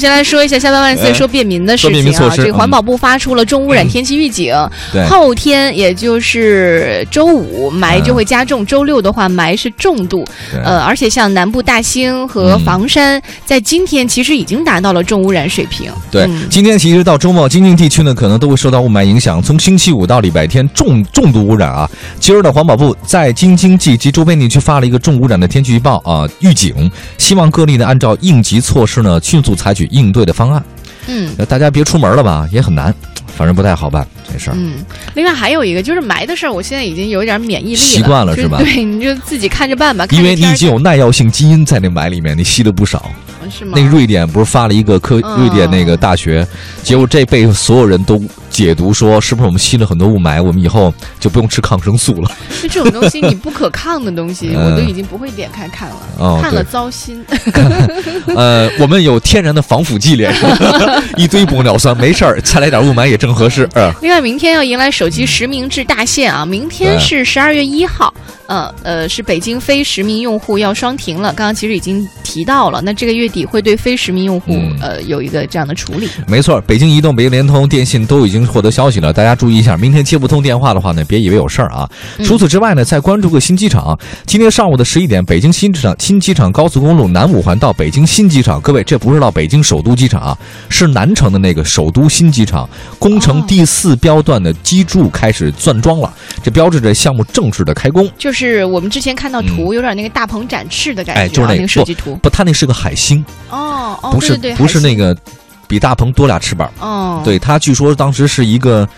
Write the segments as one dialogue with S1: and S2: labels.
S1: 先来说一下“下班万岁”
S2: 哎
S1: 说便民的事
S2: 说便民
S1: 情
S2: 措
S1: 啊。
S2: 施
S1: 这个环
S2: 嗯
S1: 保部发出了重污染天气预警，
S2: 对，嗯
S1: 后天也就是周五霾就会加重，周六的话霾是重度。
S2: 对
S1: 呃，而且像南部大兴和
S2: 嗯
S1: 房山，在今天其实已经达到了重污染水平。
S2: 对
S1: 嗯，
S2: 今天其实到周末，京津地区呢可能都会受到雾霾影响。从星期五到礼拜天，重重度污染啊！今儿呢，环保部在京津冀及周边地区发了一个重污染的天气预报啊预警，希望各地呢按照应急措施呢迅速采取应对的方案。
S1: 嗯。
S2: 呃大家别出门了吧，也很难，反正不太好办这事儿。
S1: 嗯，另外还有一个就是霾的事儿，我现在已经有点免疫力了，
S2: 习惯了
S1: 就是
S2: 吧
S1: 对，你就自己看着办吧。看
S2: 因
S1: 着
S2: 为你
S1: 天
S2: 已
S1: 儿
S2: 经有耐药性基因在那霾里面，你吸了不少。
S1: 是吗？
S2: 那个瑞典不是发了一个科，
S1: 嗯
S2: 瑞典那个大学，结果这被所有人都解读说，是不是我们吸了很多雾霾，我们以后就不用吃抗生 素了？
S1: 就这种东西，你不可抗的东西，
S2: 嗯
S1: 我都已经不会点开看了，
S2: 哦
S1: 看
S2: 对
S1: 了糟心。
S2: 呃，我们有天然的防腐剂脸上， 一堆玻尿酸，没事儿，再来点雾霾也正合适。呃，
S1: 另外，明天要迎来手机实名制大限啊！明天
S2: 嗯对
S1: 是十二月一号，呃呃，是北京非实名用户要双停了。刚刚其实已经提到了，那这个月底会对非实名用户、
S2: 嗯
S1: 呃有一个这样的处理。
S2: 没错，北京移动、北京联通、电信都已经获得消息了，大家注意一下，明天接不通电话的话呢，别以为有事儿啊。
S1: 嗯
S2: 除此之外呢，再关注个新机场。今天上午的十一点，北京新机场新机场高速公路南五环到北京新机场，各位这不是到北京首都机场啊，是南城的那个首都新机场工程
S1: 哦
S2: 第四标段的基柱开始钻桩了，这标志着项目正式的开工。
S1: 就是我们之前看到图，有点那个大鹏展翅的感觉啊，
S2: 嗯哎就是那
S1: 那
S2: 个
S1: 个设计图。
S2: 不，它那是个海星，
S1: 哦哦，
S2: 不是、
S1: 对对对，
S2: 不是
S1: 还
S2: 那个比大鹏多俩翅膀。
S1: 哦，
S2: 对，它据说当时是一个。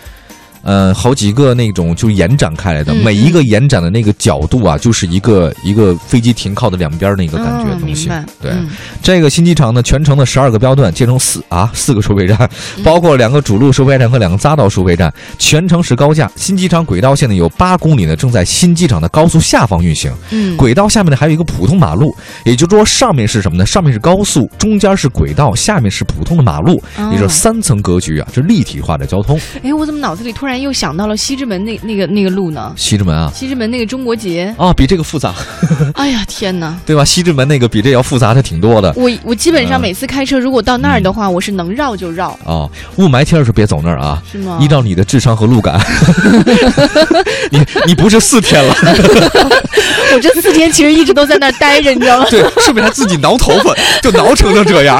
S2: 呃，好几个那种就是延展开来的，
S1: 嗯
S2: 每一个延展的那个角度啊，就是一个一个飞机停靠的两边儿那个
S1: 哦，
S2: 感觉的东
S1: 明
S2: 西。
S1: 白
S2: 对，
S1: 嗯
S2: 这个新机场呢，全程的十二个标段，建成四啊四个收费站，
S1: 嗯
S2: 包括两个主路收费站和两个匝道收费站，全程是高架。新机场轨道线呢有八公里呢，正在新机场的高速下方运行。
S1: 嗯，
S2: 轨道下面呢还有一个普通马路，也就是说上面是什么呢？上面是高速，中间是轨道，下面是普通的马路，也就是
S1: 哦
S2: 三层格局啊，这立体化的交通。
S1: 哎，我怎么脑子里突然又想到了西直门那那个那个路呢？
S2: 西直门啊，
S1: 西直门那个中国 结，
S2: 啊比这个复杂，
S1: 哎呀天哪！
S2: 对吧？西直门那个比这要复杂的挺多的。
S1: 我我基本上
S2: 嗯
S1: 每次开车，如果到那儿的话，我是能绕就绕，
S2: 哦，雾霾天儿是别走那儿啊，
S1: 是吗？
S2: 依照你的智商和 路感，你你不是四天了， ？
S1: 我这四天其实一直都在那儿待着，你知道吗
S2: 对，顺便还自己挠头发，就挠成了这样，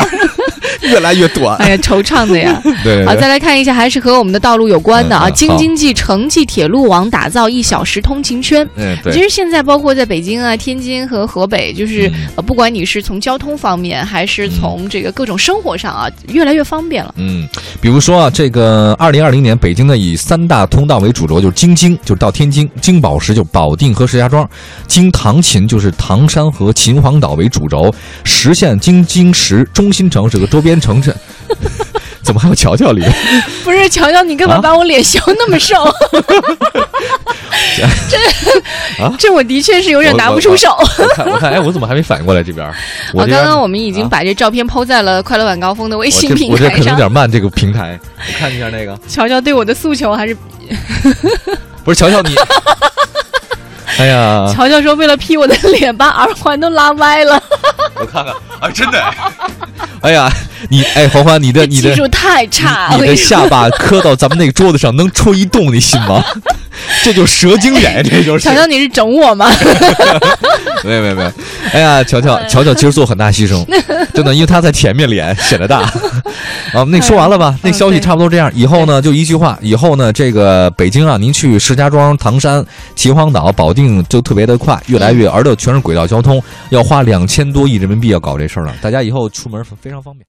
S2: 越来越 短。
S1: 哎呀，惆怅的呀！
S2: 对
S1: 好，
S2: 对
S1: 再来看一下，还是和我们的道路有关的啊。
S2: 嗯嗯
S1: 京
S2: 好
S1: 津冀城际铁路网打造一小时通勤圈，
S2: 嗯
S1: 其
S2: 对，
S1: 实现在包括在北京啊、天津和河北，就是、
S2: 嗯
S1: 呃，不管你是从交通方面，还是从这个各种生活上啊，越来越方便了。
S2: 嗯，比如说啊，这个二零二零年北京呢以三大通道为主轴，就是京津，就是到天津；京宝石就保定和石家庄；京唐秦就是唐山和秦皇岛为主轴，实现京津石中心城市和 周边城镇。怎么还有乔乔 里？
S1: 不是，乔乔，你干嘛
S2: 啊
S1: 把我脸削那么瘦？ 这、
S2: 啊
S1: 这我的确是有点
S2: 我
S1: 拿
S2: 我
S1: 不出
S2: 我
S1: 手。
S2: 我看，我看，哎，我怎么还没反应过来这边儿？我
S1: 啊，
S2: 这边
S1: 刚
S2: 儿
S1: 刚我们已经
S2: 啊
S1: 把这照片抛在了快乐晚高峰的微
S2: 我
S1: 信
S2: 这
S1: 平
S2: 我这
S1: 台
S2: 可能有
S1: 上。
S2: 点慢，这个平台。我看一下那个，
S1: 乔乔对我的诉求还是，
S2: 啊不是乔乔你， 哎呀，
S1: 乔乔说为了 P 我的脸，把耳环都拉歪了，
S2: 我看看啊，真的， 哎呀，你哎，黄欢，你的你
S1: 技
S2: 的
S1: 术太差。
S2: 你
S1: 我跟
S2: 你的
S1: 你说，
S2: 下巴磕到咱们那个桌子上能戳一洞，你信吗？ 这就蛇精眼，这就是
S1: 乔。乔你是整我吗？
S2: 没有没有没有，哎呀，乔乔乔乔其实做很大牺牲，真的，因为他在前面脸显得大。啊，那说完了吧？那消息差不多这样。以后呢，就一句话，以后呢，这个北京啊，您去石家庄、唐山、秦皇岛、保定就特别的快，越来越，而且全是轨道交通，要花两千多亿人民币要搞这事儿了。大家以后出门非常方便。